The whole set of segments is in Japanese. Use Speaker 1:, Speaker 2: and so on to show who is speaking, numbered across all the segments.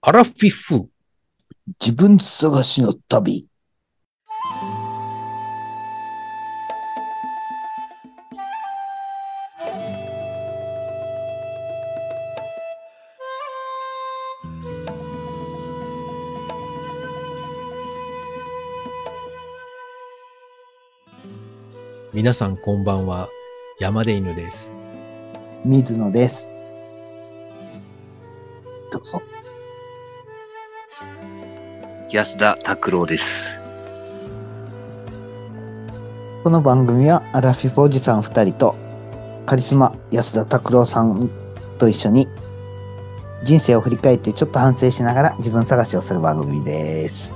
Speaker 1: アラフィフ。
Speaker 2: 自分探しの旅。
Speaker 1: 皆さんこんばんは。山で犬です。
Speaker 2: 水野です。どうぞ。
Speaker 3: 安田拓郎です。
Speaker 2: この番組はアラフィフおじさん2人とカリスマ安田拓郎さんと一緒に人生を振り返ってちょっと反省しながら自分探しをする番組です。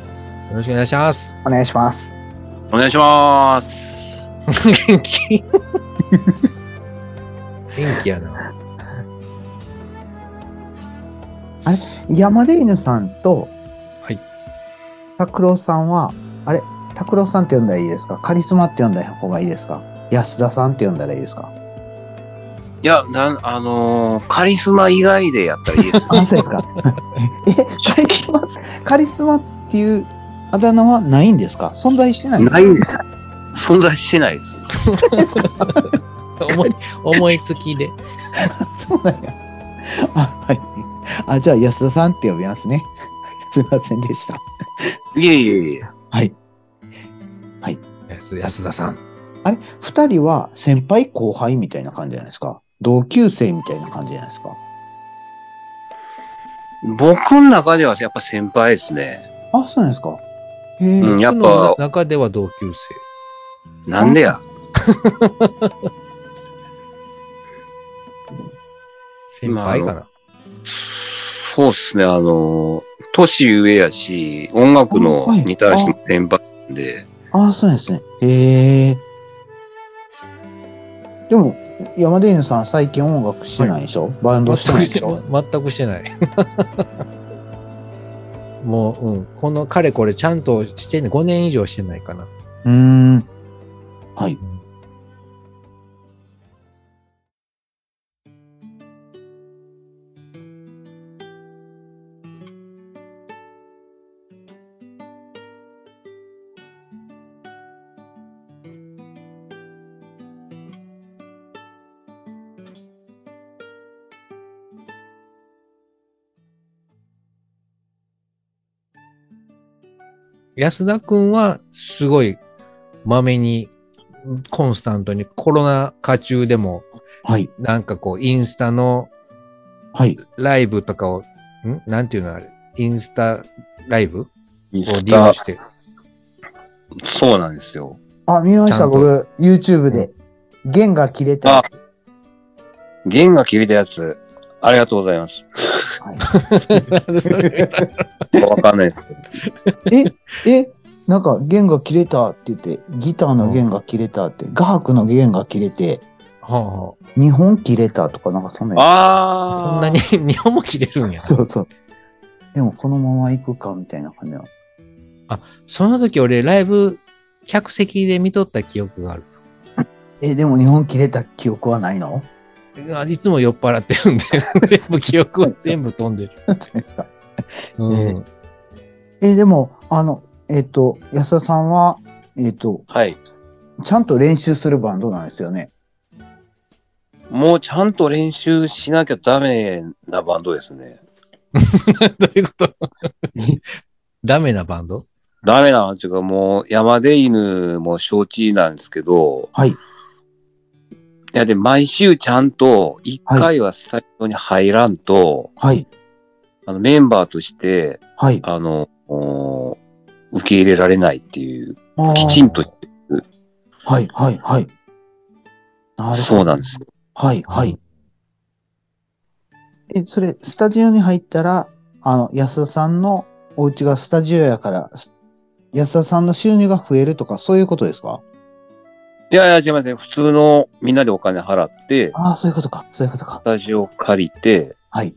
Speaker 1: よろしくお願いします。
Speaker 2: お願いします。
Speaker 3: お願いします。
Speaker 1: 元気元気やな。
Speaker 2: 山レイヌさんと
Speaker 1: はい
Speaker 2: 拓郎さんは、あれ拓郎さんって呼んだらいいですかカリスマって呼んだ方がいいですか安田さんって呼んだらいいですか。
Speaker 3: いや、なん、あのーカリスマ以外でやったらいいです
Speaker 2: あ、そうですか。え、カリスマ、カリスマっていうあだ名はないんですか存在してないん
Speaker 3: ないんです。存在してないです。
Speaker 2: ですか
Speaker 1: 思い、思いつきで。
Speaker 2: そうなんや。あ、はい。あ、じゃあ安田さんって呼びますね。 すいませんでした。
Speaker 3: いえいえいえ。
Speaker 2: はい。
Speaker 1: 安 安田さん。
Speaker 2: あれ二人は先輩後輩みたいな感じじゃないですか同級生みたいな感じじゃないですか
Speaker 3: 僕の中ではやっぱ先輩ですね。
Speaker 2: あ、そうなんですかへえ、
Speaker 3: うんやっぱ
Speaker 1: 僕の中では同級
Speaker 3: なんでや。
Speaker 1: 生。先輩かな。
Speaker 3: そうっすね、あのー年上やし、音楽の
Speaker 2: はい
Speaker 3: に対しても先輩なんで、
Speaker 2: あ、そうなんですね。へえ。でも、山出犬さん最近音楽してないでしょ、バンドして
Speaker 1: 全く
Speaker 2: ないで
Speaker 1: して
Speaker 2: しょ
Speaker 1: ない。全くしてない。 もう、うん。この彼これちゃんとしてね、5年以上してないかな。
Speaker 2: うーん。はい。
Speaker 1: 安田くんはすごいまめにコンスタントにコロナ禍中でも
Speaker 2: はい。
Speaker 1: なんかこうインスタの
Speaker 2: はい。
Speaker 1: ライブとかを、んなんていうのあれインスタライブを
Speaker 3: インス
Speaker 1: 利用
Speaker 3: タ、
Speaker 1: して。
Speaker 3: そうなんですよ。
Speaker 2: あ、見まし
Speaker 1: ちゃ
Speaker 2: た、
Speaker 1: んと
Speaker 2: 僕、YouTube で。弦が切れたやつ。
Speaker 3: 弦が切れたやつ、ありがとうございます。
Speaker 2: は
Speaker 3: わかんないです けど。
Speaker 2: い、 え、え、なんか弦が切れたって言って、ギターの弦が切れたって、画伯の弦が切れて、
Speaker 1: はあは
Speaker 2: 2本切れたとか、なんかそんなや
Speaker 1: あ
Speaker 3: あー。
Speaker 1: そんなに日本も切れるんや
Speaker 2: つ。。そうそう。でも、このまま行くか、みたいな感じの。
Speaker 1: その時俺ライブ客席で見とった記憶がある。
Speaker 2: え、でも2本切れた記憶はないの
Speaker 1: あいつも酔っ払って るんで、全部記憶は全部飛んでる。
Speaker 2: そうですか。
Speaker 1: うん、
Speaker 2: え、でも、あの、えっ、と、安田さんは、えっ、と、
Speaker 3: はい。
Speaker 2: ちゃんと練習するバンドなんですよね。
Speaker 3: もうちゃんと練習しなきゃダメなバンドですね。
Speaker 1: どういうことダメなバンド
Speaker 3: ダメなっていうかもう山で犬も承知なんですけど、
Speaker 2: はい。
Speaker 3: いやで毎週ちゃんと一回はスタジオに入らんと、
Speaker 2: はい。
Speaker 3: あのメンバーとして、
Speaker 2: はい。
Speaker 3: あの、おー受け入れられないっていう、
Speaker 2: あー
Speaker 3: きちんと、
Speaker 2: はい、はい、はい。なるほど
Speaker 3: そうなんです。
Speaker 2: はい、はい。え、それ、スタジオに入ったら、あの、安田さんのお家がスタジオやから、す安田さんの収入が増えるとか、そういうことですか
Speaker 3: いやいや、違いますね。普通のみんなでお金払って、
Speaker 2: ああ、そういうことか、そういうこと
Speaker 3: ス
Speaker 2: か。
Speaker 3: タジオ借りて、
Speaker 2: はい。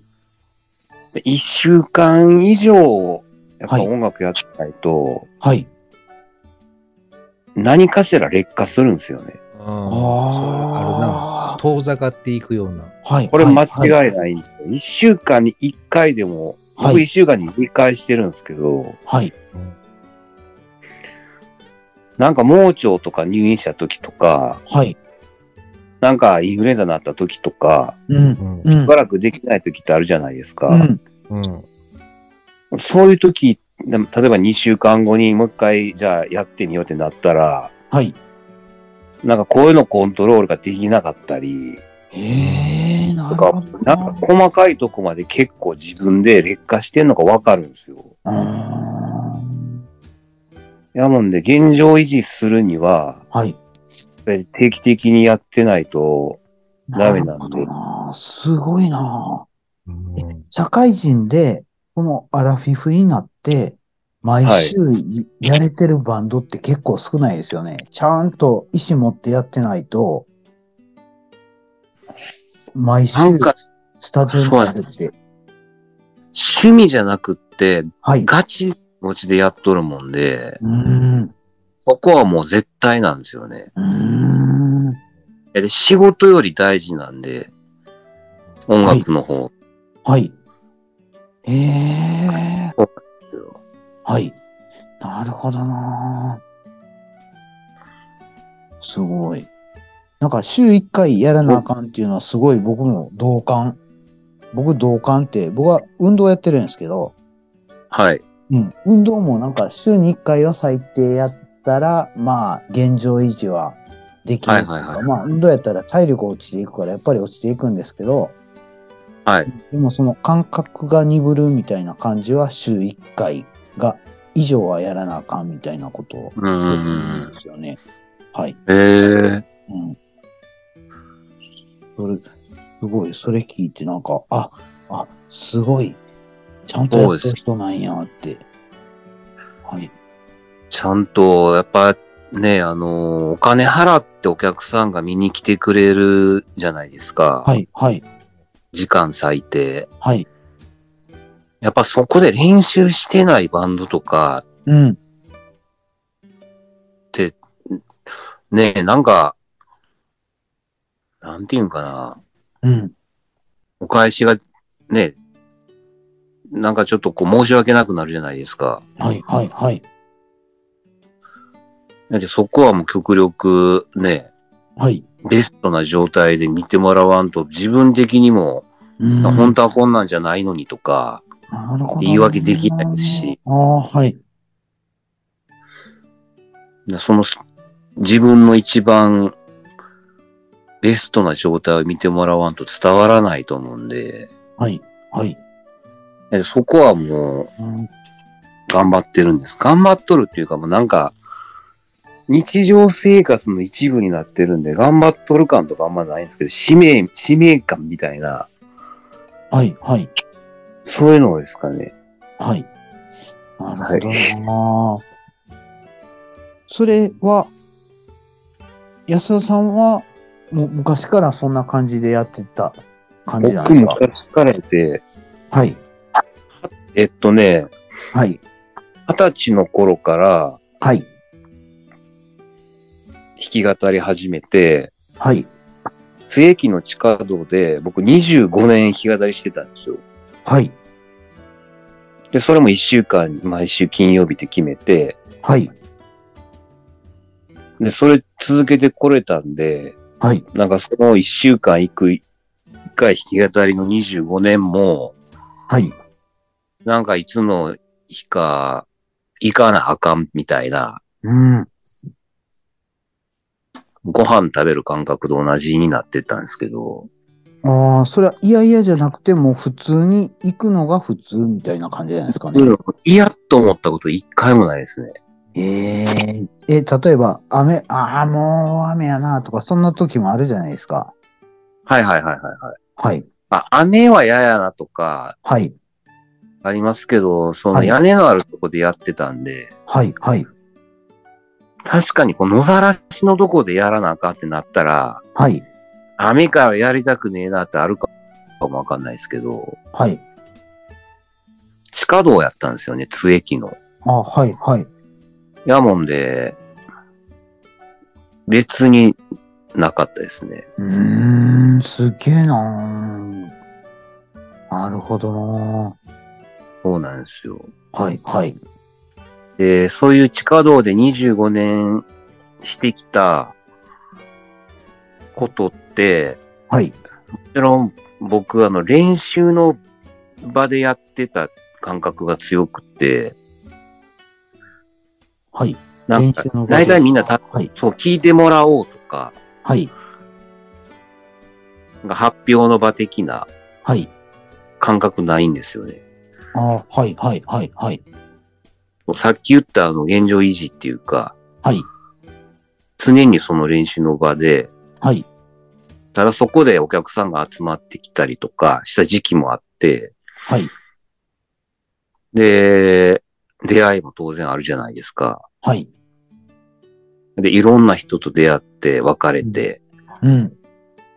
Speaker 3: で一週間以上、やっぱ
Speaker 2: はい
Speaker 3: 音楽やってないと、
Speaker 2: はい。
Speaker 3: 何かしら劣化するんですよね。
Speaker 1: うん、それあるな。
Speaker 2: あ
Speaker 1: 遠ざかっていくような。
Speaker 2: あるな。はい。
Speaker 3: これ間違
Speaker 2: はい
Speaker 3: ないんですよ。一、週間に一回でも
Speaker 2: はい
Speaker 3: 僕一週間に2回してるんですけど、
Speaker 2: はい。
Speaker 3: なんか盲腸とか入院した時とか、
Speaker 2: はい。
Speaker 3: なんかインフルエンザになった時とか、
Speaker 2: うん。
Speaker 1: うん
Speaker 2: う
Speaker 3: し
Speaker 2: ん。
Speaker 3: ばらくできない時ってあるじゃないですか。
Speaker 2: うん。
Speaker 1: うん。
Speaker 3: そういう時、でも例えば2週間後にもう一回、じゃあやってみようってなったら、
Speaker 2: はい。
Speaker 3: なんかこういうのコントロールができなかったり、
Speaker 2: へえ、なるほど
Speaker 3: なんか細かいとこまで結構自分で劣化してんのがわかるんですよ。
Speaker 2: な。うーん
Speaker 3: やもんで、現状維持するには、
Speaker 2: はい。
Speaker 3: やっぱり定期的にやってないと、ダメなんで
Speaker 2: るほどなすごいな
Speaker 1: うん
Speaker 2: 社会人で、このアラフィフになって、毎週やれてるバンドって結構少ないですよね。ちゃんと意思持ってやってないと、毎週
Speaker 3: なんか
Speaker 2: スタジオに
Speaker 3: そうなん
Speaker 2: 出
Speaker 3: で
Speaker 2: てき
Speaker 3: す
Speaker 2: て、
Speaker 3: 趣味じゃなくって、
Speaker 2: はい。
Speaker 3: ガチ持ちでやっとるもんで、
Speaker 2: うーん。
Speaker 3: ここはもう絶対なんですよね。
Speaker 2: うーん。
Speaker 3: で仕事より大事なんで、音楽の方。
Speaker 2: はい。ええはい。なるほどなすごい。なんか週一回やらなあかんっていうのはすごい僕も同感。僕同感って、僕は運動やってるんですけど、
Speaker 3: はい。
Speaker 2: うん、運動もなんか週に1回は最低やったら、まあ、現状維持はできるというか。
Speaker 3: はいはいはい
Speaker 2: まあ、運動やったら体力落ちていくから、やっぱり落ちていくんですけど、
Speaker 3: はい。
Speaker 2: でもその感覚が鈍るみたいな感じは週1回が、以上はやらなあかんみたいなことを
Speaker 3: う
Speaker 2: 言
Speaker 3: んう
Speaker 2: うん
Speaker 3: ん
Speaker 2: ですよね。はい。
Speaker 3: うん。え
Speaker 2: うん。それ、すごい、それ聞いてなんか、あ、あ、すごい、ちゃんとやってる人なんやって。はい。
Speaker 3: ー、ちゃんと、やっぱね、あの、お金払ってお客さんが見に来てくれるじゃないですか。
Speaker 2: はい、はい、
Speaker 3: 時間最低。
Speaker 2: はい。
Speaker 3: やっぱそこで練習してないバンドとか、
Speaker 2: うん。
Speaker 3: ねえ、なんか、なんていうんかな、
Speaker 2: うん。
Speaker 3: お返しが、ね、なんかちょっとこう申し訳なくなるじゃないですか。
Speaker 2: はい、はい、はい。
Speaker 3: だってそこはもう極力ね、
Speaker 2: はい。
Speaker 3: ベストな状態で見てもらわんと、自分的にも、
Speaker 2: うん
Speaker 3: 本当はこんなんじゃないのにとか、
Speaker 2: なるほど
Speaker 3: 言い訳できないですし。
Speaker 2: ああ、はい。
Speaker 3: その、自分の一番、ベストな状態を見てもらわんと伝わらないと思うんで、
Speaker 2: はい、はい。
Speaker 3: でそこはもう、
Speaker 2: うん
Speaker 3: 頑張ってるんです。頑張っとるっていうかもうなんか、日常生活の一部になってるんで、頑張っとる感とかあんまないんですけど、使命、使命感みたいな、
Speaker 2: はい、はい、
Speaker 3: そういうのですかね。
Speaker 2: はい。なるほどな、 それは、安田さんは、もう昔からそんな感じでやってた感じなん
Speaker 3: 僕
Speaker 2: ですか
Speaker 3: 昔からで、
Speaker 2: はい、
Speaker 3: えっとね、
Speaker 2: はい、
Speaker 3: 二十歳の頃から
Speaker 2: はい、
Speaker 3: 弾き語り始めて、
Speaker 2: はい、
Speaker 3: 津駅の地下道で僕25年弾き語りしてたんですよ。
Speaker 2: はい、
Speaker 3: で、それも一週間、毎週金曜日って決めて、
Speaker 2: はい、
Speaker 3: で、それ続けてこれたんで、
Speaker 2: はい、
Speaker 3: なんかその一週間行く一回弾き語りの25年も、
Speaker 2: はい。
Speaker 3: なんかいつの日か行かなあかんみたいな、
Speaker 2: うん。
Speaker 3: ご飯食べる感覚と同じになってったんですけど、
Speaker 2: ああ、それは嫌々じゃなくて、もう普通に行くのが普通みたいな感じじゃないですかね。
Speaker 3: 嫌と思ったこと一回もないですね。
Speaker 2: えー、え、例えば、雨、ああ、もう雨やなとか、そんな時もあるじゃないですか。
Speaker 3: はいはいはいはい、はい。
Speaker 2: はい、
Speaker 3: あ、雨は嫌やなとか、
Speaker 2: はい、
Speaker 3: ありますけど、そ
Speaker 2: は
Speaker 3: の
Speaker 2: い
Speaker 3: 屋根のあるとこでやってたんで、
Speaker 2: はい、はい、
Speaker 3: 確かにこう野ざらしのとこでやらなあかんってなったら、
Speaker 2: はい、
Speaker 3: 雨からやりたくねえなってあるかもわかんないですけど、
Speaker 2: はい、
Speaker 3: 地下道やったんですよね、津駅の。
Speaker 2: あはい、はい、
Speaker 3: やもんで、別になかったですね。
Speaker 2: うーん、すげえなーなるほどなー
Speaker 3: そうなんですよ。
Speaker 2: はい、はい。
Speaker 3: で、そういう地下道で25年してきたことって、
Speaker 2: はい。
Speaker 3: もちろん僕、あの、練習の場でやってた感覚が強くて、
Speaker 2: はい。
Speaker 3: なんか
Speaker 2: 練習、の場で
Speaker 3: 大体みんなた、
Speaker 2: はい。
Speaker 3: そう、聞いてもらおうとか、
Speaker 2: はい。
Speaker 3: なんか発表の場的な
Speaker 2: はい。
Speaker 3: 感覚ないんですよね。
Speaker 2: ああ、はい、はい、はい、はい。
Speaker 3: さっき言ったあの、現状維持っていうか、
Speaker 2: はい。
Speaker 3: 常にその練習の場で、
Speaker 2: はい。
Speaker 3: ただそこでお客さんが集まってきたりとかした時期もあって、
Speaker 2: はい。
Speaker 3: で、出会いも当然あるじゃないですか。
Speaker 2: はい。
Speaker 3: で、いろんな人と出会って、別れて
Speaker 2: うん。
Speaker 3: っ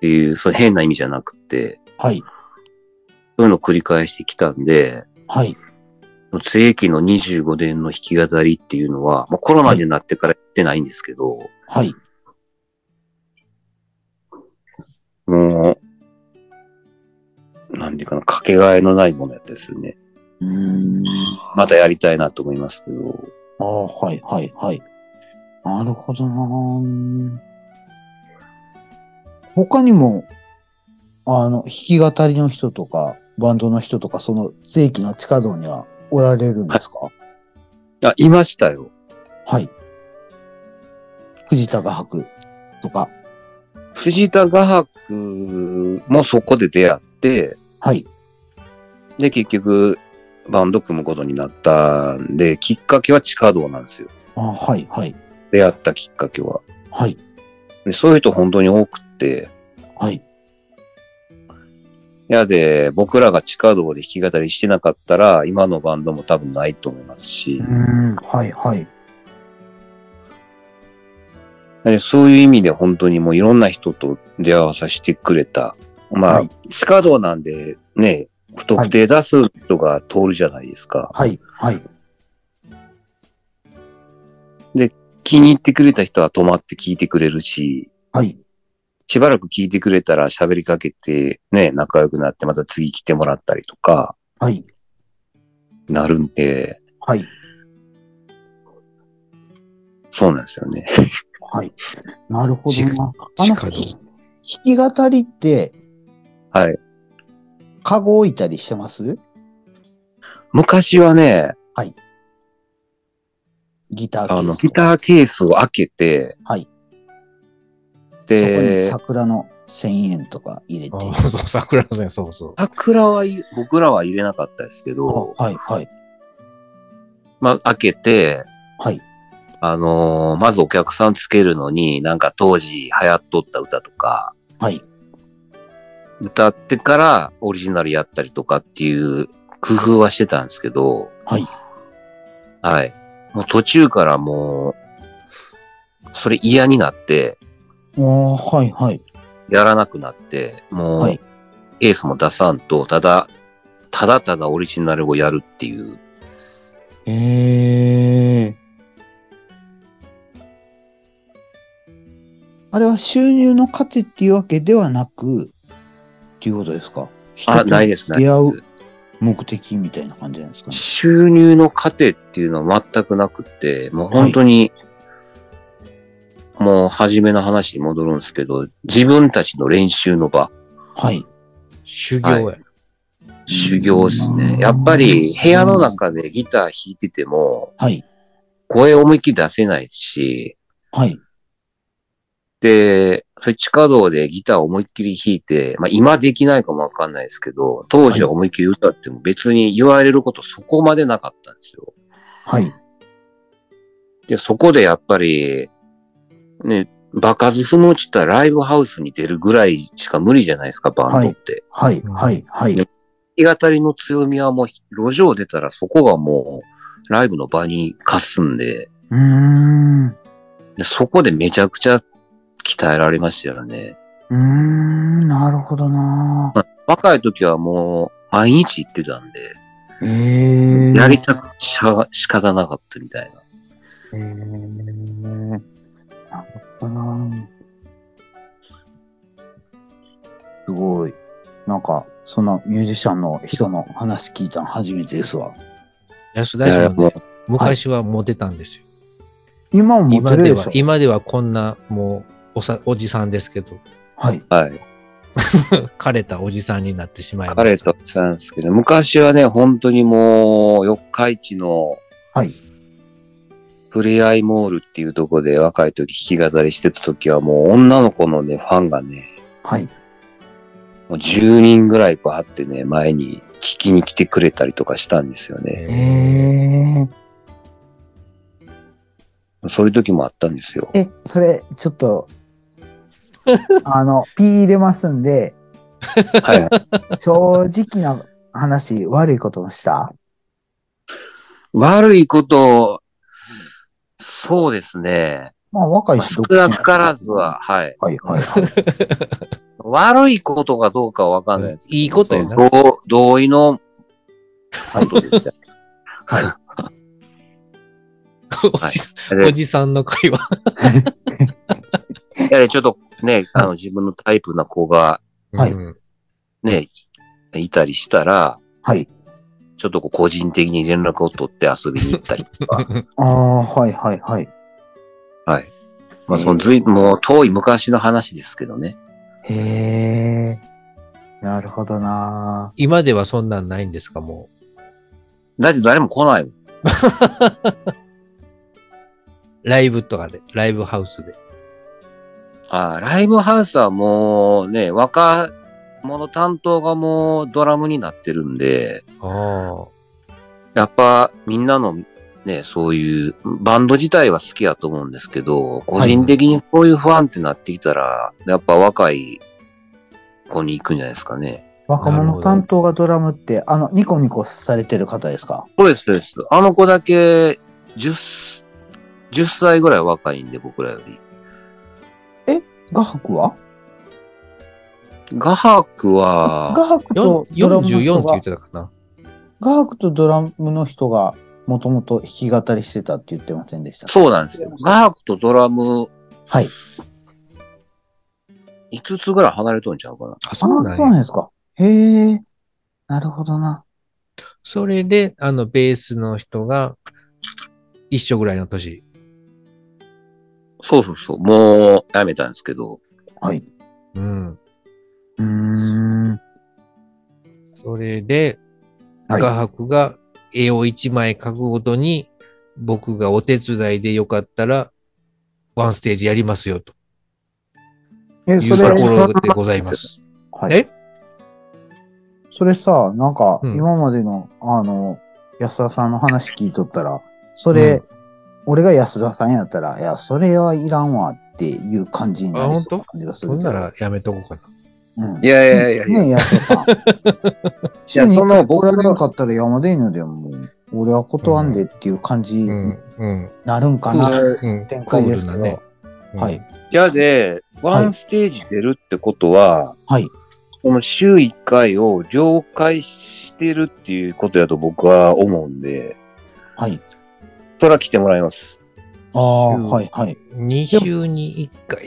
Speaker 3: ていう、その変な意味じゃなくて、
Speaker 2: はい。
Speaker 3: そういうのを繰り返してきたんで、
Speaker 2: はい。
Speaker 3: 世紀の25年の弾き語りっていうのは、まあ、コロナになってからやってないんですけど、
Speaker 2: はい。
Speaker 3: もう、なんていうかな、かけがえのないものやったですよね。
Speaker 2: うーん。
Speaker 3: またやりたいなと思いますけど、
Speaker 2: ああ、はい、はい、はい。なるほどなー他にも、あの、弾き語りの人とか、バンドの人とか、その正規の地下道にはおられるんですか
Speaker 3: あ、いましたよ。
Speaker 2: はい。藤田画伯とか、
Speaker 3: 藤田画伯もそこで出会って、
Speaker 2: はい、
Speaker 3: で、結局、バンド組むことになったんで、きっかけは地下道なんですよ。
Speaker 2: あはい、はい、
Speaker 3: 出会ったきっかけは。
Speaker 2: はい、
Speaker 3: でそういう人本当に多くて、
Speaker 2: はい、
Speaker 3: いやで、僕らが地下道で弾き語りしてなかったら、今のバンドも多分ないと思いますし、
Speaker 2: ん、はい、はい、
Speaker 3: でそういう意味で本当にもういろんな人と出会わさせてくれた。まあ、
Speaker 2: はい
Speaker 3: 地下道なんでね、不特定多数の人が通るじゃないですか。
Speaker 2: はい、はい、
Speaker 3: 気に入ってくれた人は止まって聞いてくれるし、
Speaker 2: はい、
Speaker 3: しばらく聞いてくれたら喋りかけてね、仲良くなってまた次来てもらったりとか、
Speaker 2: はい、
Speaker 3: なるんで、
Speaker 2: はい、
Speaker 3: そうなんですよね。
Speaker 2: はい。なるほどな。あ
Speaker 1: 地
Speaker 2: の、
Speaker 1: 下道
Speaker 2: 弾き弾き語りって、
Speaker 3: はい。
Speaker 2: カゴ置いたりしてます
Speaker 3: 昔はね、
Speaker 2: ギターケース
Speaker 3: あの、ギターケースを開けて、
Speaker 2: はい。
Speaker 3: で
Speaker 2: そ、こに桜の1000円とか入れて。
Speaker 1: あそう、桜の線、そうそう。
Speaker 3: 桜は入れ僕らは入れなかったですけ
Speaker 2: あ
Speaker 3: ど、
Speaker 2: はい、はい、
Speaker 3: まあ、開けて、
Speaker 2: はい、
Speaker 3: あのーまずお客さんつけるのに、なんか当時流行っとった歌とか、
Speaker 2: はい、
Speaker 3: 歌ってからオリジナルやったりとかっていう工夫はしてたんですけど、
Speaker 2: はい。
Speaker 3: はい。もう途中からもう、それ嫌になって、
Speaker 2: おーはい、はい、
Speaker 3: やらなくなって、もう、
Speaker 2: はい
Speaker 3: エースも出さんと、ただ、ただただオリジナルをやるっていう、
Speaker 2: ええ。あれは収入の糧っていうわけではなく、っていうことですか
Speaker 3: あ、ないです、ない
Speaker 2: 出会
Speaker 3: で
Speaker 2: う目的みたいな感じなんですか
Speaker 3: す。
Speaker 2: ね。
Speaker 3: 収入の糧っていうのは全くなくって、もう本当に、もう初めの話に戻るんですけど、自分たちの練習の場。
Speaker 2: はい。
Speaker 1: 修行や。
Speaker 3: は修行ですね。やっぱり部屋の中でギター弾いてても、
Speaker 2: はい。
Speaker 3: 声思いっきり出せないし、
Speaker 2: はい。
Speaker 3: で、それ地下道でギター思いっきり弾いて、まあ今できないかもわかんないですけど、当時は思いっきり歌っても別に言われることそこまでなかったんですよ。
Speaker 2: はい。
Speaker 3: で、そこでやっぱり、ね、場数踏む落ちたライブハウスに出るぐらいしか無理じゃないですか、バンドって。
Speaker 2: はい。はい。はい。
Speaker 3: 弾き語りの強みはもう路上出たらそこがもうライブの場にかすんで、
Speaker 2: うーん。う
Speaker 3: でそこでめちゃくちゃ鍛えられましたよね。
Speaker 2: ーん。なるほどな
Speaker 3: 若い時はもう毎日行ってたんで、
Speaker 2: ええ。
Speaker 3: やりたくしゃ仕方なかったみたいな。
Speaker 2: ええ。なるほどなすごい。なんか、そんなミュージシャンの人の話聞いたの初めてですわ。
Speaker 1: 安
Speaker 3: い
Speaker 1: 田
Speaker 3: や
Speaker 1: 氏
Speaker 3: い
Speaker 1: も
Speaker 3: や
Speaker 1: ね、昔はモテたんですよ。
Speaker 2: 今もモ
Speaker 1: 今
Speaker 2: テ
Speaker 1: で
Speaker 2: るで
Speaker 1: は
Speaker 2: しょ、
Speaker 1: 今ではこんな、もうおさ、おじさんですけど、
Speaker 2: はい。
Speaker 3: はい。
Speaker 1: 枯れたおじさんになってしまいました。
Speaker 3: 彼としたんですけど、昔はね、本当にもう、四日市の
Speaker 2: はい。
Speaker 3: ふれあいモールっていうとこで若い時弾き語りしてた時はもう女の子のね、ファンがね、
Speaker 2: はい。
Speaker 3: もう10人ぐらいバーってね、前に聞きに来てくれたりとかしたんですよね。
Speaker 2: ええ
Speaker 3: そういう時もあったんですよ。
Speaker 2: え、それ、ちょっ と、あの、ピー入れますんで、
Speaker 3: はいはい。
Speaker 2: 正直な話、悪いこともした
Speaker 3: 悪いこと、そうですね。
Speaker 2: まあ、若い
Speaker 3: まあ
Speaker 2: し、
Speaker 3: 少なからず は、。はい。
Speaker 2: はい、はい、はい。
Speaker 3: 悪いことかどうかはわかんないですけど。
Speaker 1: いいことやな
Speaker 3: その同同意の、ことで
Speaker 1: おじさん おじさんの会話。
Speaker 3: いやいやちょっとね、あの、自分のタイプな子が
Speaker 2: はい
Speaker 1: うん
Speaker 3: ね、いたりしたら、
Speaker 2: はい。
Speaker 3: ちょっとこう個人的に連絡を取って遊びに行ったりとか、
Speaker 2: ああ、はい、はい、はい。
Speaker 3: はい。まあ、そのずい、もう遠い昔の話ですけどね。
Speaker 2: へえ。なるほどな
Speaker 1: 今ではそんなんないんですか、も
Speaker 3: だって誰も来ないもん。
Speaker 1: う。ライブとかで、ライブハウスで。
Speaker 3: ああ、ライブハウスはもうね、若者担当がもうドラムになってるんで、
Speaker 1: あ
Speaker 3: やっぱみんなのね、そういうバンド自体は好きやと思うんですけど、個人的にそういう不安ってなってきたら、やっぱ若い子に行くんじゃないですかね。
Speaker 2: 若者担当がドラムって、あの、ニコニコされてる方ですか
Speaker 3: そうです、そうです。あの子だけ10、10歳ぐらい若いんで、僕らより。
Speaker 2: 画伯は
Speaker 3: 画伯は、
Speaker 2: 画伯
Speaker 1: あ。よ
Speaker 2: と
Speaker 1: ん
Speaker 2: ドラムの
Speaker 1: 44
Speaker 2: 人
Speaker 1: って言
Speaker 2: が
Speaker 1: っ、てたかな。
Speaker 2: 画伯とドラムの人が、もともと弾き語りしてたって言ってませんでした。
Speaker 3: そうなんですよ。画伯とドラム
Speaker 2: はい。
Speaker 3: 5つぐらい離れとんちゃうかな。
Speaker 1: あ、
Speaker 2: あ
Speaker 1: そう
Speaker 2: あ、
Speaker 1: なん
Speaker 2: そうなん
Speaker 1: や。
Speaker 2: ですか。へえ。なるほどな。
Speaker 1: それで、あの、ベースの人が、一緒ぐらいの年。
Speaker 3: そうそうそう。もう、やめたんですけど。
Speaker 2: はい。
Speaker 1: うん。
Speaker 2: うーん。
Speaker 1: それで、
Speaker 2: はい
Speaker 1: 画伯が絵を一枚描くごとに、僕がお手伝いでよかったら、ワンステージやりますよ、と
Speaker 2: え、
Speaker 1: いう
Speaker 2: そ
Speaker 1: と
Speaker 2: れ、
Speaker 1: ころでございます。
Speaker 2: はい、
Speaker 1: え
Speaker 2: それさ、なんか、
Speaker 1: うん
Speaker 2: 今までの、あの、安田さんの話聞いとったら、それ、俺が安田さんやったら、いや、それはいらんわっていう感じになりそうな感じがする
Speaker 1: そ
Speaker 2: け
Speaker 1: ん
Speaker 2: ど。
Speaker 1: ならやめとこうかな。
Speaker 2: うん、
Speaker 3: いやいやい やいや
Speaker 2: ねえ、安田さん。
Speaker 3: いやその僕
Speaker 2: 僕
Speaker 3: ら
Speaker 2: ら
Speaker 3: の
Speaker 2: なかったら山でいいのでも、俺は断んでっていう感じ
Speaker 1: う
Speaker 2: に
Speaker 1: ん、うん。
Speaker 2: なるんか
Speaker 1: ク
Speaker 2: な、
Speaker 1: ール、うん、
Speaker 2: 展
Speaker 1: ク
Speaker 2: 開で
Speaker 1: ール
Speaker 2: すけ
Speaker 1: な
Speaker 2: ど、
Speaker 1: ね。うん
Speaker 2: はい。
Speaker 3: いやで、ワンステージ出るってことは、
Speaker 2: はい。
Speaker 3: この週1回を了解してるっていうことやと僕は思うんで、
Speaker 2: はい。
Speaker 3: そら来てもらいます。
Speaker 2: ああ、はい、はい。
Speaker 1: 2週に1回。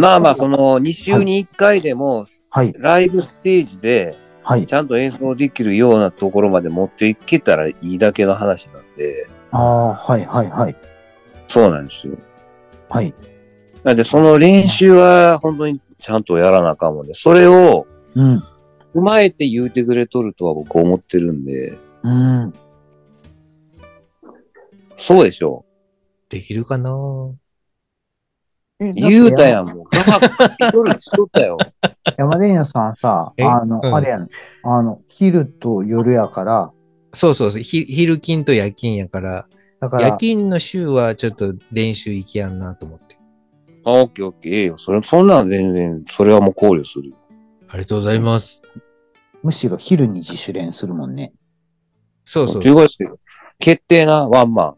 Speaker 3: まあまあ、そ。の2週に1回でも、
Speaker 2: はい、
Speaker 3: ライブステージで
Speaker 2: はい。
Speaker 3: ちゃんと演奏できるようなところまで持っていけたらいいだけの話なんで、
Speaker 2: ああ、はい、はい、はい。
Speaker 3: そうなんですよ。
Speaker 2: はい。
Speaker 3: なんで、その練習は本当にちゃんとやらなあかんもんで、それを
Speaker 2: うん。
Speaker 3: 踏まえて言うてくれとるとは僕思ってるんで、
Speaker 2: うん。
Speaker 3: そうでしょ
Speaker 1: できるかな
Speaker 2: え
Speaker 3: う。言うたやん、もう。ガバッとしとったよ。
Speaker 2: 山田屋さんさ、
Speaker 1: え
Speaker 2: あの、
Speaker 1: うん
Speaker 2: あれやん、あの、昼と夜やから、
Speaker 1: そうそうそう。ひ昼勤と夜勤やから、
Speaker 2: だから、
Speaker 1: 夜勤の週はちょっと練習行きやんなと思って。
Speaker 3: あ、オッケーオッケー、ええよ。それ、そんなん全然、それはもう考慮するよ。
Speaker 1: ありがとうございます。
Speaker 2: むしろ昼に自主練するもんね。
Speaker 1: そうそ
Speaker 3: という
Speaker 1: う。
Speaker 3: ことですよ決定な、ワンマン。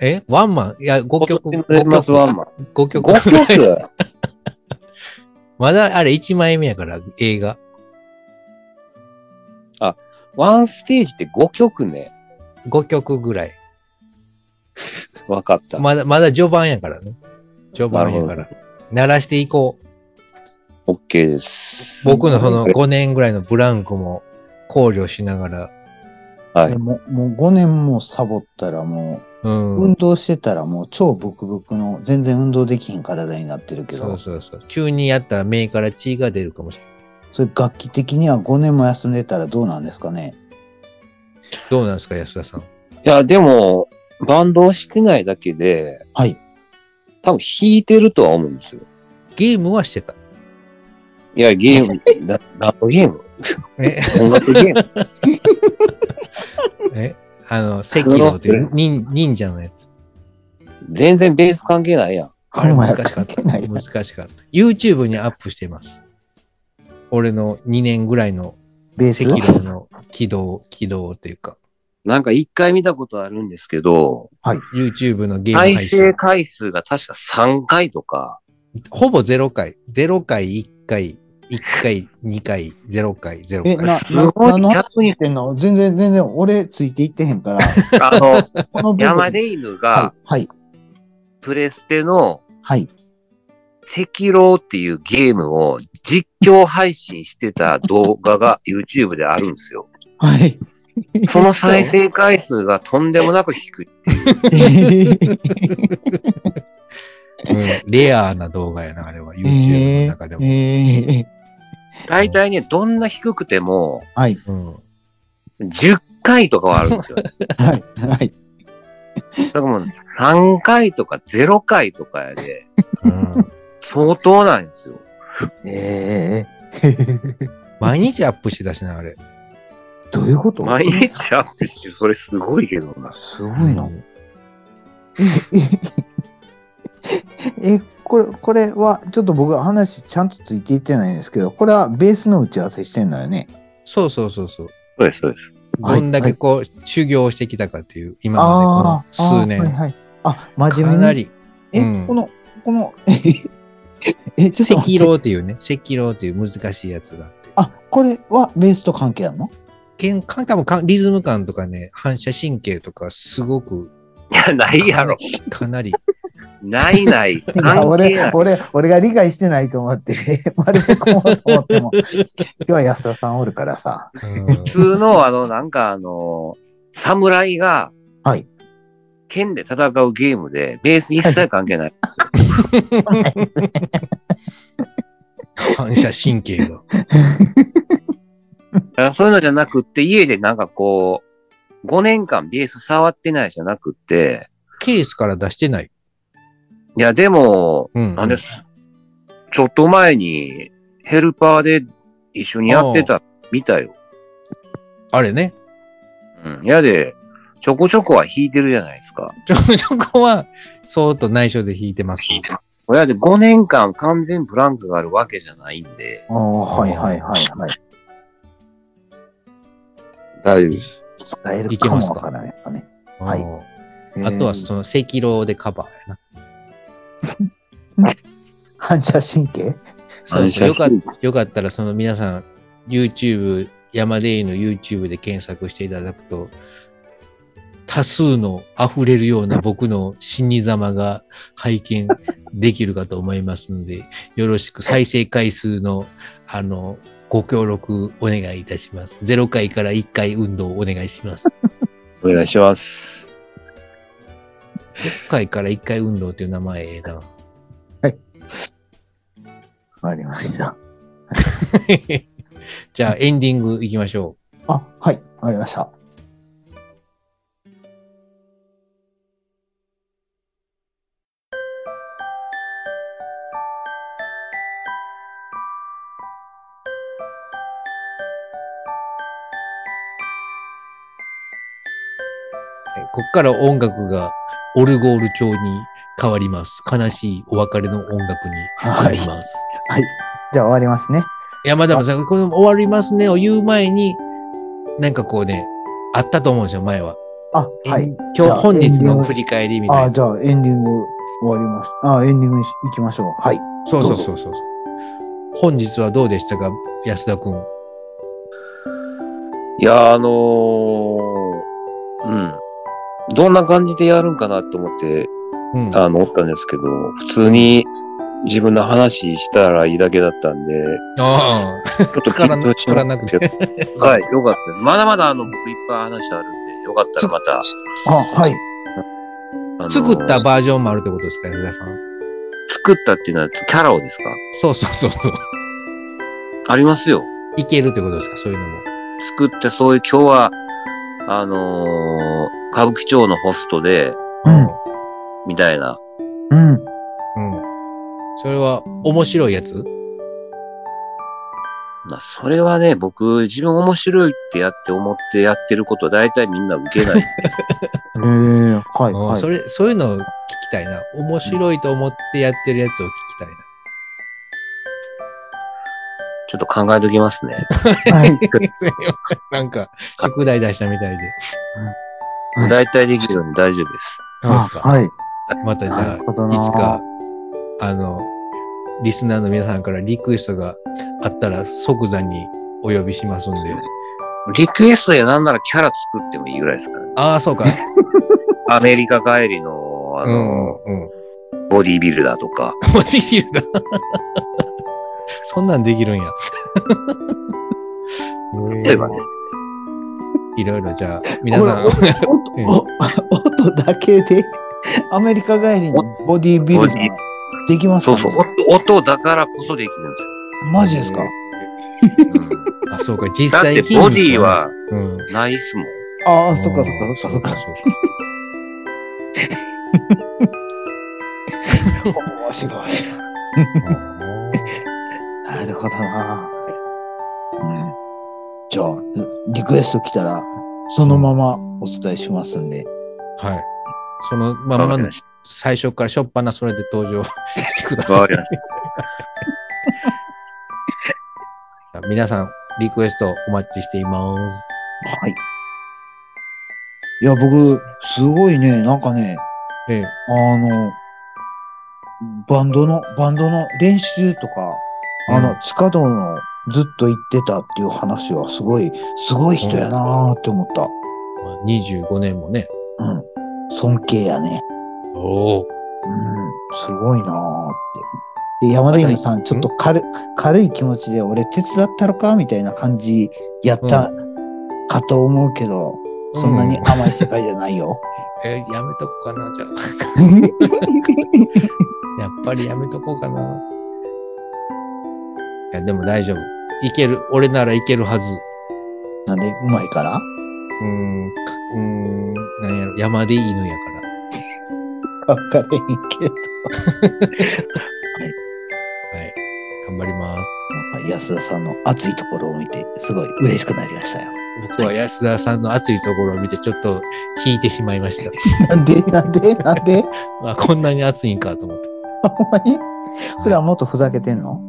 Speaker 1: えワンマンいや、5曲。
Speaker 3: 今年の年末ワンマン。
Speaker 1: 5曲。
Speaker 3: 5曲
Speaker 1: まだあれ1枚目やから、映画。
Speaker 3: ワンステージって5曲ね。
Speaker 1: 5曲ぐらい。
Speaker 3: わかった。
Speaker 1: まだ、まだ序盤やからね。序盤やから。鳴らしていこう。
Speaker 3: OK です。
Speaker 1: 僕のその5年ぐらいのブランクも考慮しながら、
Speaker 3: はい
Speaker 2: で。ももう5年もサボったらも
Speaker 1: う
Speaker 2: う、
Speaker 1: ん。
Speaker 2: 運動してたらもう超ブクブクの、全然運動できへん体になってるけ
Speaker 1: そ
Speaker 2: ど、
Speaker 1: うそうそう。急にやったら目から血が出るかもしれない。
Speaker 2: それ楽器的には5年も休んでたらどうなんですかね
Speaker 1: どうなんですか、安田さん。
Speaker 3: いや、でも、バンドをしてないだけで、
Speaker 2: はい。
Speaker 3: 多分弾いてるとは思うんですよ。
Speaker 1: ゲームはしてた。
Speaker 3: いや、ゲーム、な、何のゲーム
Speaker 1: え、
Speaker 3: 音楽ゲーム
Speaker 1: え、あの、赤道という忍忍者のやつ。
Speaker 3: 全然ベース関係ないやん。
Speaker 1: あれ難しか
Speaker 2: 関
Speaker 1: っ
Speaker 2: 係
Speaker 1: た。
Speaker 2: ない
Speaker 1: 難しかった。YouTube にアップしてます。俺の2年ぐらいの
Speaker 2: ベース
Speaker 1: 赤道の軌道、軌道というか、
Speaker 3: なんか一回見たことあるんですけど、
Speaker 1: YouTube のゲーム
Speaker 3: 再
Speaker 1: 配
Speaker 3: 生
Speaker 1: 信。
Speaker 3: 回数が確か3回とか、
Speaker 1: ほぼ0回。0回、1回、1回、2回、0回、0
Speaker 2: え、
Speaker 1: 回。
Speaker 2: な、
Speaker 3: す
Speaker 2: な、
Speaker 3: ごい
Speaker 2: 何の
Speaker 3: 逆
Speaker 2: 話
Speaker 3: に
Speaker 2: してんの全然、全然、俺ついていってへ んから、
Speaker 3: あの、
Speaker 2: この部分。
Speaker 3: ヤマデイヌが
Speaker 2: はい、はい、
Speaker 3: プレステの
Speaker 2: はい。
Speaker 3: 赤狼っていうゲームを実況配信してた動画が YouTube であるんで すよ。
Speaker 2: はい。
Speaker 3: その 再生回数がとんでもなく低い。
Speaker 1: うんレアな動画やな、あれは。
Speaker 2: え
Speaker 1: YouTube の中で
Speaker 2: え
Speaker 1: も。
Speaker 2: え
Speaker 3: 大体ね、どんな低くても
Speaker 2: はい、
Speaker 1: うん
Speaker 3: 10回とかはあるんですよ。
Speaker 2: はい、はい。
Speaker 3: だからもう3回とか0回とかやで、
Speaker 1: うん
Speaker 3: 相当なんですよ。
Speaker 2: ええ
Speaker 1: 毎日アップしてたしな、あれ。
Speaker 2: どういうこと
Speaker 3: 毎日アップして、それすごいけどな。
Speaker 2: すごいな
Speaker 1: う。ん
Speaker 2: え、これ、これは、ちょっと僕は話ちゃんとついていってないんですけど、これはベースの打ち合わせしてんのよね。
Speaker 1: そうそうそうそう。
Speaker 3: そうです、そうです。
Speaker 2: はい
Speaker 1: どんだけこう、修行してきたかっていう、今ま
Speaker 2: あ
Speaker 1: で
Speaker 2: ー
Speaker 1: この数
Speaker 2: あーはい
Speaker 1: 年。
Speaker 2: はい。あ、真
Speaker 1: か
Speaker 2: 面
Speaker 1: な
Speaker 2: 目に。
Speaker 1: り、
Speaker 2: え、
Speaker 1: うん
Speaker 2: この、この、 え、ちょっ
Speaker 1: 赤
Speaker 2: と待って。
Speaker 1: 狼っていうね、赤狼っていう難しいやつがあって。
Speaker 2: あ、これはベースと関係あるの
Speaker 1: けんか多分かリズム感とかね、反射神経とか、すごく、
Speaker 3: いや、ないやろ。
Speaker 1: かなり、
Speaker 3: ない ない。
Speaker 2: いや
Speaker 3: 関係な
Speaker 2: 俺
Speaker 3: い、。
Speaker 2: 俺、俺が理解してないと思って、 丸め込もうと思っても、 今日は安田さんおるからさ。
Speaker 1: うん
Speaker 3: 普通の、あの、なんかあの、侍が、
Speaker 2: はい。
Speaker 3: 剣で戦うゲームで、ベース一切関係ない。
Speaker 1: 反射神経が。
Speaker 3: だからそういうのじゃなくって、家でなんかこう、5年間ベース触ってないじゃなくって、
Speaker 1: ケースから出してない。
Speaker 3: いや、でも、
Speaker 1: うん。
Speaker 3: なんです、ちょっと前に、ヘルパーで一緒にやってた、見たよ。
Speaker 1: あれね。
Speaker 3: うん。やで、ちょこちょこは弾いてるじゃないですか。
Speaker 1: ちょ、 ちょこは、そうと内緒で弾いてます。
Speaker 3: やで、5年間完全ブランクがあるわけじゃないんで。
Speaker 2: おーはいはいはいはい。
Speaker 3: 大丈夫です。
Speaker 2: 使え
Speaker 1: い
Speaker 2: る
Speaker 1: け
Speaker 2: か
Speaker 1: ます
Speaker 2: も
Speaker 1: か
Speaker 2: わからないですかね。はい
Speaker 1: い。
Speaker 2: えー
Speaker 1: あとは、その、赤狼でカバーやな。
Speaker 2: 反射神経
Speaker 1: そうそうよか
Speaker 3: 反射神
Speaker 1: よかったら、その皆さん、YouTube、山でいの YouTube で検索していただくと、多数の溢れるような僕の死に様が拝見できるかと思いますので、よろしく再生回数の、あの、ご協力お願いいたします。0回から1回運動をお願いします。
Speaker 3: お願いします。
Speaker 1: 0回から1回運動という名前ええな。
Speaker 2: わかりました。
Speaker 1: じゃあエンディングいきましょ
Speaker 2: あ、はい、わかりました。
Speaker 1: う。はいこっから音楽がオルゴール調に変わります。悲しいお別れの音楽に変わります。
Speaker 2: はい。じゃあ終わりますね。
Speaker 1: 山田さん、この終わりますねを言う前に、なんかこうね、あったと思うんですよ、前は。
Speaker 2: あ、はい。
Speaker 1: 今
Speaker 2: じ
Speaker 1: 日、
Speaker 2: ゃあ
Speaker 1: 本日
Speaker 2: エンディン
Speaker 1: の
Speaker 2: グ
Speaker 1: 振り返りみた
Speaker 2: あ、
Speaker 1: い
Speaker 2: じ
Speaker 1: な。
Speaker 2: ゃあエンディング終わります。あ、エンディングに行きましょう。はい。
Speaker 1: そうそうそうそう。本日はどうでしたか、安田くん。
Speaker 3: いや、あのーうん。どんな感じでやるんかなと思って、
Speaker 1: うん。
Speaker 3: あの、おったんですけど、普通に自分の話したらいいだけだったんで、
Speaker 1: ああ、
Speaker 3: ちょっと
Speaker 1: 力な
Speaker 3: 緊張し
Speaker 1: 力
Speaker 3: ま
Speaker 1: な
Speaker 3: す
Speaker 1: く
Speaker 3: けど
Speaker 1: て。
Speaker 3: はい、よかったです。まだまだあの、僕いっぱい話あるんで、よかったらまた。
Speaker 2: あ、はい。
Speaker 3: あの
Speaker 1: 作ったバージョンもあるってことですか、安田さん。
Speaker 3: 作ったっていうのはキャラをですか
Speaker 1: そうそうそうそう。
Speaker 3: ありますよ。
Speaker 1: いけるってことですか、そういうのも。
Speaker 3: 作ってそういう、今日は、あのー歌舞伎町のホストで、みたいな。
Speaker 2: うん。うん。
Speaker 1: うん。うん。それは面白いやつ
Speaker 3: まあ、それはね、僕、自分面白いってやって思ってやってることは大体みんな受け な
Speaker 2: え
Speaker 3: い。
Speaker 2: ー、はい、
Speaker 1: うん
Speaker 2: はい。
Speaker 1: それ、そういうのを聞きたいな。面白いと思ってやってるやつを聞きたいな。
Speaker 3: ちょっと考えときますね。
Speaker 2: はい。
Speaker 1: すみません。なんか、宿題出したみたいで。
Speaker 2: はい
Speaker 3: 大体できるように大丈夫です。
Speaker 1: そうっ
Speaker 2: あ
Speaker 1: すか
Speaker 2: はい。
Speaker 1: またじ
Speaker 2: な
Speaker 1: ゃあ、い
Speaker 2: るほどな
Speaker 1: つか、あの、リスナーの皆さんからリクエストがあったら即座にお呼びしますんで。
Speaker 3: リクエストやなんならキャラ作ってもいいぐらいですからね。
Speaker 1: ああ、そうか。
Speaker 3: アメリカ帰りの、あ
Speaker 1: うん、
Speaker 3: の、
Speaker 1: うん。
Speaker 3: ボディービルダーとか。
Speaker 1: もうできるな。 そんなんできるん や。
Speaker 2: 例えばね
Speaker 1: いろいろじゃあ、皆さん
Speaker 2: こ、音、
Speaker 1: うん
Speaker 2: お音だけで、アメリカ帰りにボディービルダ
Speaker 3: ボ
Speaker 2: ー
Speaker 3: デ
Speaker 2: できますか
Speaker 3: そう
Speaker 2: ね
Speaker 3: そう。音音だからこそできるん
Speaker 2: マジですか
Speaker 3: ですよ。
Speaker 1: あ、そうか、実
Speaker 3: だっ
Speaker 1: 際
Speaker 3: て
Speaker 1: 筋
Speaker 3: ボ
Speaker 1: 肉
Speaker 3: ディは
Speaker 1: うん、
Speaker 3: ないっすもん。
Speaker 2: あ
Speaker 1: あ
Speaker 2: あ、そっかそっかそっかそっ
Speaker 1: そうか。
Speaker 2: か。面白い。なるほどな。うん。じゃあ、リクエスト来たら、そのままお伝えしますんで。
Speaker 1: はい。そのま
Speaker 3: わか
Speaker 1: ま
Speaker 3: り
Speaker 1: の
Speaker 3: まし
Speaker 1: 最初からしょっぱなそれで登場してください。
Speaker 3: わかりま し
Speaker 1: 皆さん、リクエストお待ちしています。
Speaker 2: はい。いや、僕、すごいね、なんかね、
Speaker 1: ええ、
Speaker 2: あの、バンドの、バンドの練習とか、あ
Speaker 1: う
Speaker 2: の、地下道のずっと行ってたっていう話はすごい、すごい人やなーって思った。
Speaker 1: まあ25年もね。
Speaker 2: うん。尊敬やね。
Speaker 1: おお。
Speaker 2: うん。すごいなーって。で、山田犬さん、ちょっと軽い、軽い気持ちで俺手伝ったろかみたいな感じやったかと思うけど、そんなに甘い世界じゃない よ。
Speaker 1: えやめとこうかな、じゃあ。 やっぱりやめとこうかな。いや、でも大丈夫。いける。俺ならいけるはず。
Speaker 2: なんで、うまいから
Speaker 1: うーん、かうーん、なんやろ、山で犬やから。
Speaker 2: わかれへんけど。
Speaker 1: はい。頑張ります。
Speaker 2: なんか安田さんの熱いところを見て、すごい嬉しくなりましたよ。
Speaker 1: 僕は安田さんの熱いところを見て、ちょっと引いてしまいました。
Speaker 2: なんで、 なんで、なんで、
Speaker 1: あこんなに熱いんかと思って。
Speaker 2: ほんまに普段もっとふざけてんの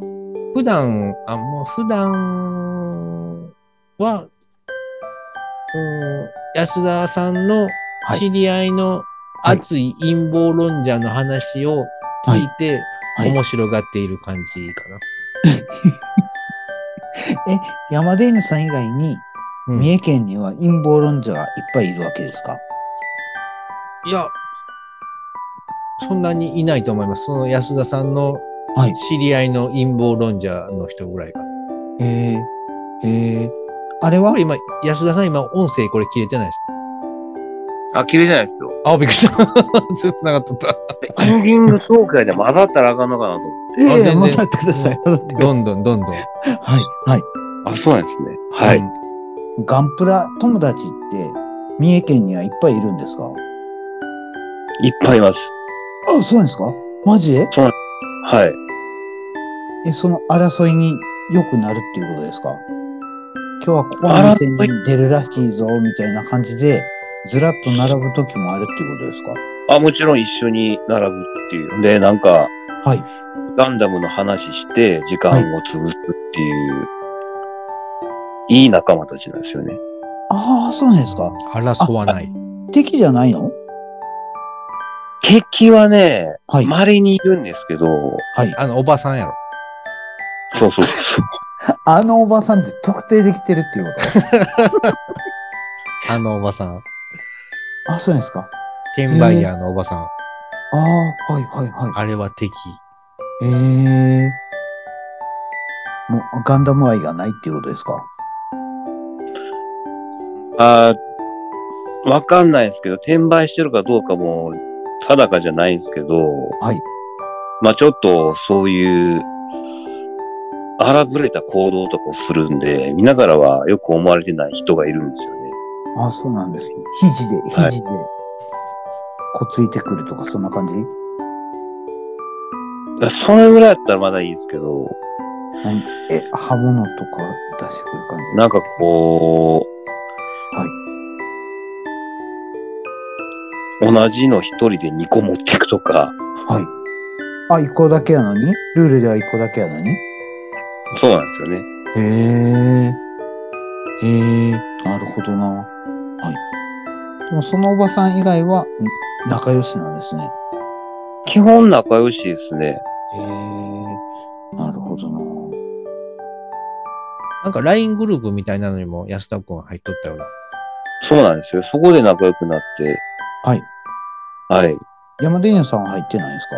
Speaker 1: 普段、あ、もう普段は、うん、安田さんの
Speaker 2: はい
Speaker 1: 知り合いの
Speaker 2: はい
Speaker 1: 熱い陰謀論者の話を聞いて、
Speaker 2: はい
Speaker 1: 面白がっている感じかな。
Speaker 2: え、山田犬さん以外に、
Speaker 1: うん
Speaker 2: 三重県には陰謀論者がいっぱいいるわけですか
Speaker 1: いや、そんなにいないと思います。その安田さんの
Speaker 2: はい
Speaker 1: 知り合いの陰謀論者の人ぐらいかな。
Speaker 2: えー、えー、あれは
Speaker 1: これ今、安田さん今音声これ切れてないです
Speaker 3: あ、綺麗じゃないですよ。
Speaker 1: かあ、びっくりした。 つ繋がっとった。
Speaker 3: エンディングトークやでも混ざったらあかんのかなと思
Speaker 2: え
Speaker 1: 全
Speaker 2: え
Speaker 1: 然
Speaker 2: 戻ってください。戻ってくだ
Speaker 1: どんどんどんどん。
Speaker 2: さい。はい、はい。
Speaker 3: って。あ、そうなんですね。はい。
Speaker 1: うん
Speaker 2: ガンプラ友達って、三重県にはいっぱいいるんですか
Speaker 3: いっぱいいます。
Speaker 2: あ、そうなんですかマジで
Speaker 3: はい。
Speaker 2: え、その争いに良くなるっていうことですか今日はここの店
Speaker 3: 争
Speaker 2: に出るらしいぞ、みたいな感じで、ずらっと並ぶ時もあるっていうことですか
Speaker 3: あ、もちろん一緒に並ぶっていう。で、なんか、
Speaker 2: はい。
Speaker 3: ガンダムの話して、時間を潰すっていう、い、い仲間たちなんですよね。
Speaker 2: ああ、そうなんですか
Speaker 1: 争わない。
Speaker 2: 敵じゃないの
Speaker 3: 敵はね、
Speaker 2: はい。
Speaker 3: 稀にいるんですけど、
Speaker 2: はい。
Speaker 1: あの、おばさんやろ。
Speaker 3: そうそうそう。
Speaker 2: あのおばさんって特定できてるっていうこ
Speaker 1: あのおばさん。
Speaker 2: とあ、そうなんですか
Speaker 1: 転売ヤーのおばさん。
Speaker 2: ああ、はいはいはい。
Speaker 1: あれは敵。
Speaker 2: ええもう、ガンダム愛がないっていうことですか
Speaker 3: あーわかんないですけど、転売してるかどうかも定かじゃないんですけど、
Speaker 2: はい。
Speaker 3: まあちょっとそういう荒ぶれた行動とかをするんで、見ながらはよく思われてない人がいるんですよね。
Speaker 2: あ、そうなんですね。肘で、
Speaker 3: はい
Speaker 2: 肘で、こついてくるとか、そんな感じ
Speaker 3: だからそれぐらいだったらまだいいんですけど、
Speaker 2: 何え、刃物とか出してくる感じ
Speaker 3: なんか
Speaker 2: は
Speaker 3: こ、
Speaker 2: いう
Speaker 3: 同じの一人で2個持っていくとか、
Speaker 2: はい。あ、一個だけやのにルールでは一個だけやのにへ
Speaker 3: そうなんですよね。
Speaker 2: え。へえ、なるほどな。はい。でもそのおばさん以外はん仲良しなんですね。
Speaker 3: 基本仲良しですね。
Speaker 2: へえ、なるほどな。
Speaker 1: なんか LINE グループみたいなのにも安田くん入っとったような。
Speaker 3: そうなんですよ。そこで仲良くなって。
Speaker 2: はい。
Speaker 3: はい。
Speaker 2: 山田犬さんは入ってないんですか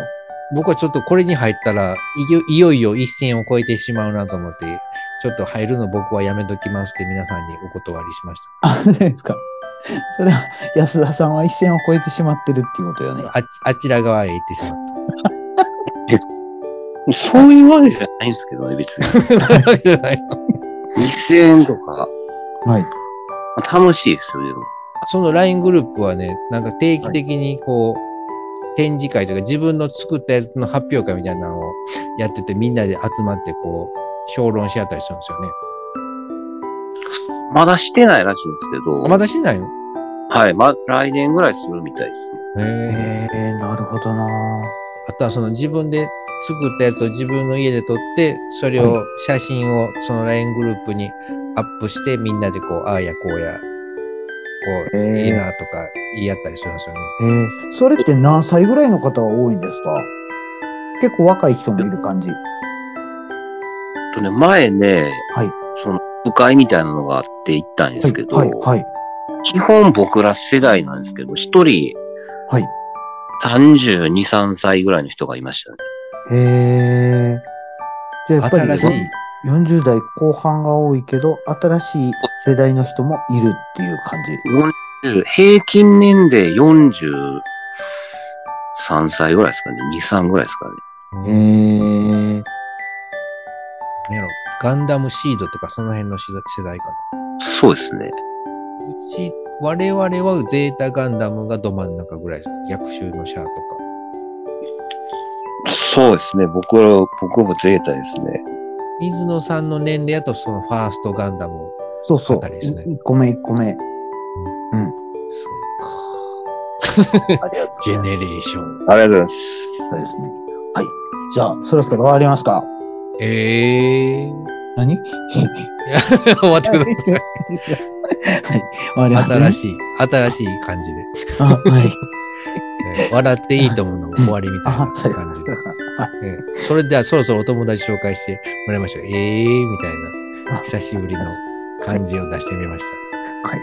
Speaker 1: 僕はちょっとこれに入ったらいよ、いよいよ一線を越えてしまうなと思って、ちょっと入るの僕はやめときますって皆さんにお断りしまし
Speaker 2: あ、そうですか。 それは安田さんは一線を越えてしまってるっていうことよね。
Speaker 1: た。あっちあちら側へ行ってしまっ
Speaker 3: そういうわけじゃないんですけどね、 別に。
Speaker 1: た。
Speaker 3: 2000円とか。
Speaker 2: はい。
Speaker 3: 楽しいですよ、でも。
Speaker 1: その LINE グループはね、なんか定期的にこう、展示会というか自分の作ったやつの発表会みたいなのをやってて、みんなで集まってこう、評論し合ったりするんですよね。
Speaker 3: まだしてないらしいんですけど。
Speaker 1: あまだしてないの
Speaker 3: はい。ま、来年ぐらいするみたいですね。
Speaker 1: へえ。
Speaker 2: へえ、なるほどな。
Speaker 1: あとはその自分で作ったやつを自分の家で撮って、それを、写真をその LINE グループにアップして、みんなでこう、ああやこうや、こう、
Speaker 2: へえ
Speaker 1: いいなとか言い合ったりするんですよね。
Speaker 2: へえ、それって何歳ぐらいの方が多いんですか結構若い人もいる感じ。は
Speaker 3: とね、前ね、
Speaker 2: はい
Speaker 3: その、部会みたいなのがあって行ったんですけ
Speaker 2: い、
Speaker 3: ど、
Speaker 2: はい、はい。
Speaker 3: 基本僕ら世代なんですけど、一人、
Speaker 2: はい。
Speaker 3: 32、3歳ぐらいの人がいましたね。
Speaker 2: へえ。じゃあやっぱ
Speaker 1: 新
Speaker 2: り
Speaker 1: しい。
Speaker 2: 40代後半が多いけど、新しい世代の人もいるっていう感じ。
Speaker 3: 40平均年齢43歳ぐらいですかね。2、3ぐらいですか
Speaker 2: へ
Speaker 3: ね。
Speaker 2: え。
Speaker 1: なんやろガンダムシードとかその辺の世代かな。
Speaker 3: そうですね。
Speaker 1: うち、我々はゼータガンダムがど真ん中ぐらいです。逆襲のシャアとか。
Speaker 3: そうですね。僕は、僕もゼータですね。
Speaker 1: 水野さんの年齢だとそのファーストガンダム。
Speaker 2: そうそう。
Speaker 1: あたりですね
Speaker 2: 1個目、1個目。ありがとう
Speaker 1: ジェネレーション。
Speaker 3: ありがとうございます。
Speaker 2: そうですね。はい。じゃあ、そろそろ終わりますか。
Speaker 1: ええー。
Speaker 2: 何
Speaker 1: 終わってください。
Speaker 2: はい。終わります、ね。
Speaker 1: 新しい、新しい感 じで。
Speaker 2: あはい。
Speaker 1: えー笑っていいと思うの終わりみたいな
Speaker 2: あ、そう
Speaker 1: 感じで。
Speaker 2: あ
Speaker 1: えーそれではそろそろお友達紹介してもらいましょう。ええー、みたいな、
Speaker 2: あ
Speaker 1: 久しぶりの感じを出してみました。
Speaker 2: はい。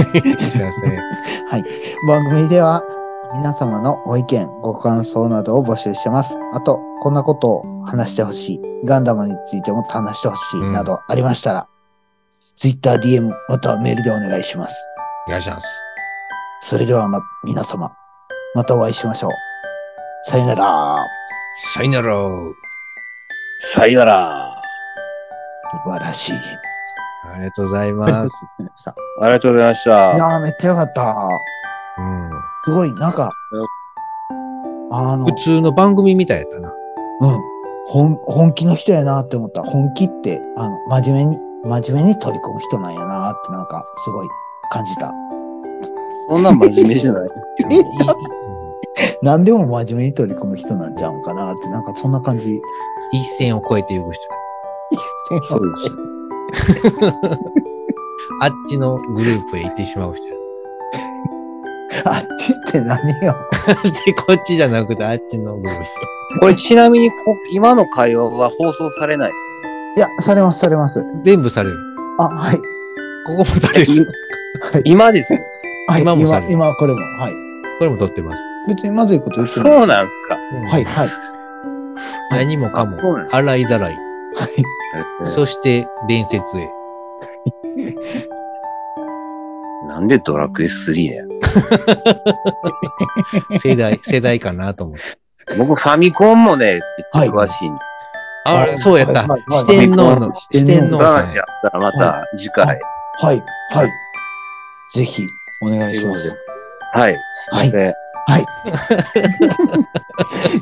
Speaker 1: すいません。
Speaker 2: はい。番組では皆様のご意見、ご感想などを募集してます。あと、こんなことを話してほしい。ガンダムについてもっと話してほしい。
Speaker 1: うん
Speaker 2: などありましたら、Twitter、DM、またはメールでお願いします。
Speaker 1: お願いします。
Speaker 2: それではま、皆様、またお会いしましょう。さよなら。
Speaker 1: さよなら。
Speaker 3: さよなら。
Speaker 2: 素晴らしい。
Speaker 1: ありがとうござい
Speaker 2: ありがと
Speaker 1: ま
Speaker 2: う
Speaker 1: す。
Speaker 2: ございました
Speaker 3: ありがとうございました。
Speaker 2: いやー、めっちゃよかった。
Speaker 1: うん
Speaker 2: すごい、なんか、あの、
Speaker 1: 普通の番組みたいやったな。
Speaker 2: うん。本、本気の人やなって思った。本気って、あの、真面目に、真面目に取り組む人なんやなってなんか、すごい感じた。
Speaker 3: そんな真面目じゃないですけど。
Speaker 2: 何でも真面目に取り組む人なんちゃうんかなって、なんかそんな感じ。
Speaker 1: 一線を越えていく人。
Speaker 2: 一線
Speaker 3: そ
Speaker 2: を
Speaker 3: うです
Speaker 1: あっちのグループへ行ってしま う人。
Speaker 2: あっちって何よ。
Speaker 1: あっちこっちじゃなくてあっちのグループ。
Speaker 3: これちなみにこ、今の会話は放送されないですね。
Speaker 2: いや、されます、されます。
Speaker 1: 全部される。
Speaker 2: あ、はい。
Speaker 1: ここもされる。
Speaker 2: はい。
Speaker 3: 今ですよ。
Speaker 2: はい、
Speaker 1: 今
Speaker 2: 今
Speaker 1: もされる
Speaker 2: 今、今これも。はい。
Speaker 1: これも撮ってます。
Speaker 2: 別にまずいこと言ってない。
Speaker 3: そうなんですか。
Speaker 2: はい、はい。
Speaker 1: 何もか
Speaker 3: あそうな
Speaker 1: も
Speaker 3: ん、
Speaker 1: 洗いざらい。
Speaker 3: そ
Speaker 1: そして、伝説へ。
Speaker 3: なんでドラクエ3だよ。
Speaker 1: 世代、世代かなと思って。
Speaker 3: 僕ファミコンもね、めっちゃ詳しいんで。
Speaker 1: あ
Speaker 2: は、い
Speaker 1: そうやった
Speaker 2: はい。はい
Speaker 1: 四天王の、
Speaker 2: 四
Speaker 1: 四
Speaker 2: 天
Speaker 1: 天
Speaker 2: 王
Speaker 1: 王
Speaker 3: ドラマ
Speaker 1: さん
Speaker 3: 話
Speaker 1: や
Speaker 3: あ。ったらまた次回。
Speaker 2: はい、はい。ぜひ、お願いします。
Speaker 3: はい。すいません。
Speaker 2: はい。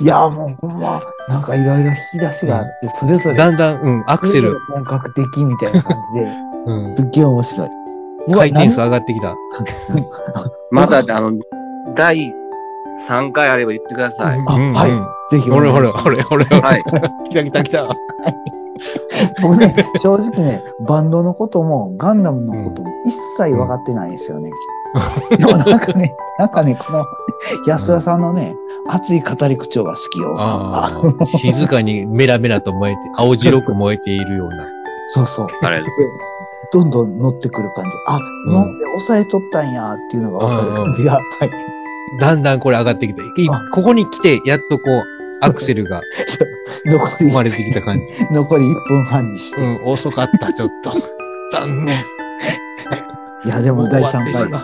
Speaker 2: いや、もうほんま、なんかいろいろ引き出しがあって、それぞれ、
Speaker 1: だんだん、うん、アクセ
Speaker 2: それ
Speaker 1: ル
Speaker 2: ぞれ、本格的みたいな感じで、
Speaker 1: うん、
Speaker 2: すっげえ面白い。うわ
Speaker 1: 回転数上がってきた。
Speaker 3: また、あの、第3回あれば言ってください。
Speaker 1: うん
Speaker 2: あ
Speaker 1: うん
Speaker 2: はい
Speaker 1: うん
Speaker 2: ぜひ
Speaker 1: ほ
Speaker 2: お願い
Speaker 1: れ
Speaker 2: し
Speaker 1: ほ
Speaker 2: ま
Speaker 1: れ
Speaker 2: す、
Speaker 1: ほれほれ ほれ。
Speaker 3: はい。
Speaker 1: 来た来た来た。
Speaker 2: 僕ね、正直ね、バンドのことも、ガンダムのことも一切分かってないですよね。 でもなんかね、なんかね、この安田さんのね、熱い語り口調が好きよ。
Speaker 1: ああ、静かにメラメラと燃えて、青白く燃えているような。
Speaker 2: そうそう。
Speaker 3: あれ。
Speaker 2: どんどん乗ってくる感じ。あ、
Speaker 1: うん
Speaker 2: 今まで抑えとったんやっていうのが分かる感じが。はい。
Speaker 1: だんだんこれ上がってきた。い
Speaker 2: あ
Speaker 1: ここに来て、やっとこう、アクセルが
Speaker 2: 残
Speaker 1: 生まれ
Speaker 2: り、
Speaker 1: てきた感じ。
Speaker 2: 残り1分半にして。
Speaker 1: うん、遅かった、ちょっと。残念。
Speaker 2: いや、でも第3
Speaker 1: 終わってし
Speaker 2: 回、
Speaker 1: まう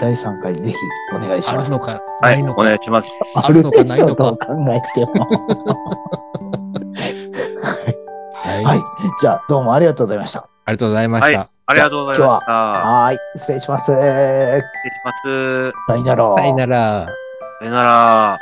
Speaker 2: 第3回ぜひお願いし
Speaker 1: あ
Speaker 2: ま
Speaker 1: る
Speaker 2: す
Speaker 1: の。か、
Speaker 3: は
Speaker 1: ない
Speaker 3: い。お
Speaker 1: のか。
Speaker 3: 願いします。
Speaker 1: あるのか
Speaker 2: で
Speaker 1: ない
Speaker 2: しょ
Speaker 1: の
Speaker 2: ど
Speaker 1: か
Speaker 2: う。考えても。
Speaker 1: はい。
Speaker 2: はい。じゃあ、どうもありがとうございました。
Speaker 1: ありがとうございました。
Speaker 3: ありがとうございました。
Speaker 2: はーい。失礼します。さ
Speaker 3: 失礼します。
Speaker 2: よなら。
Speaker 1: さよなら。
Speaker 3: さよなら。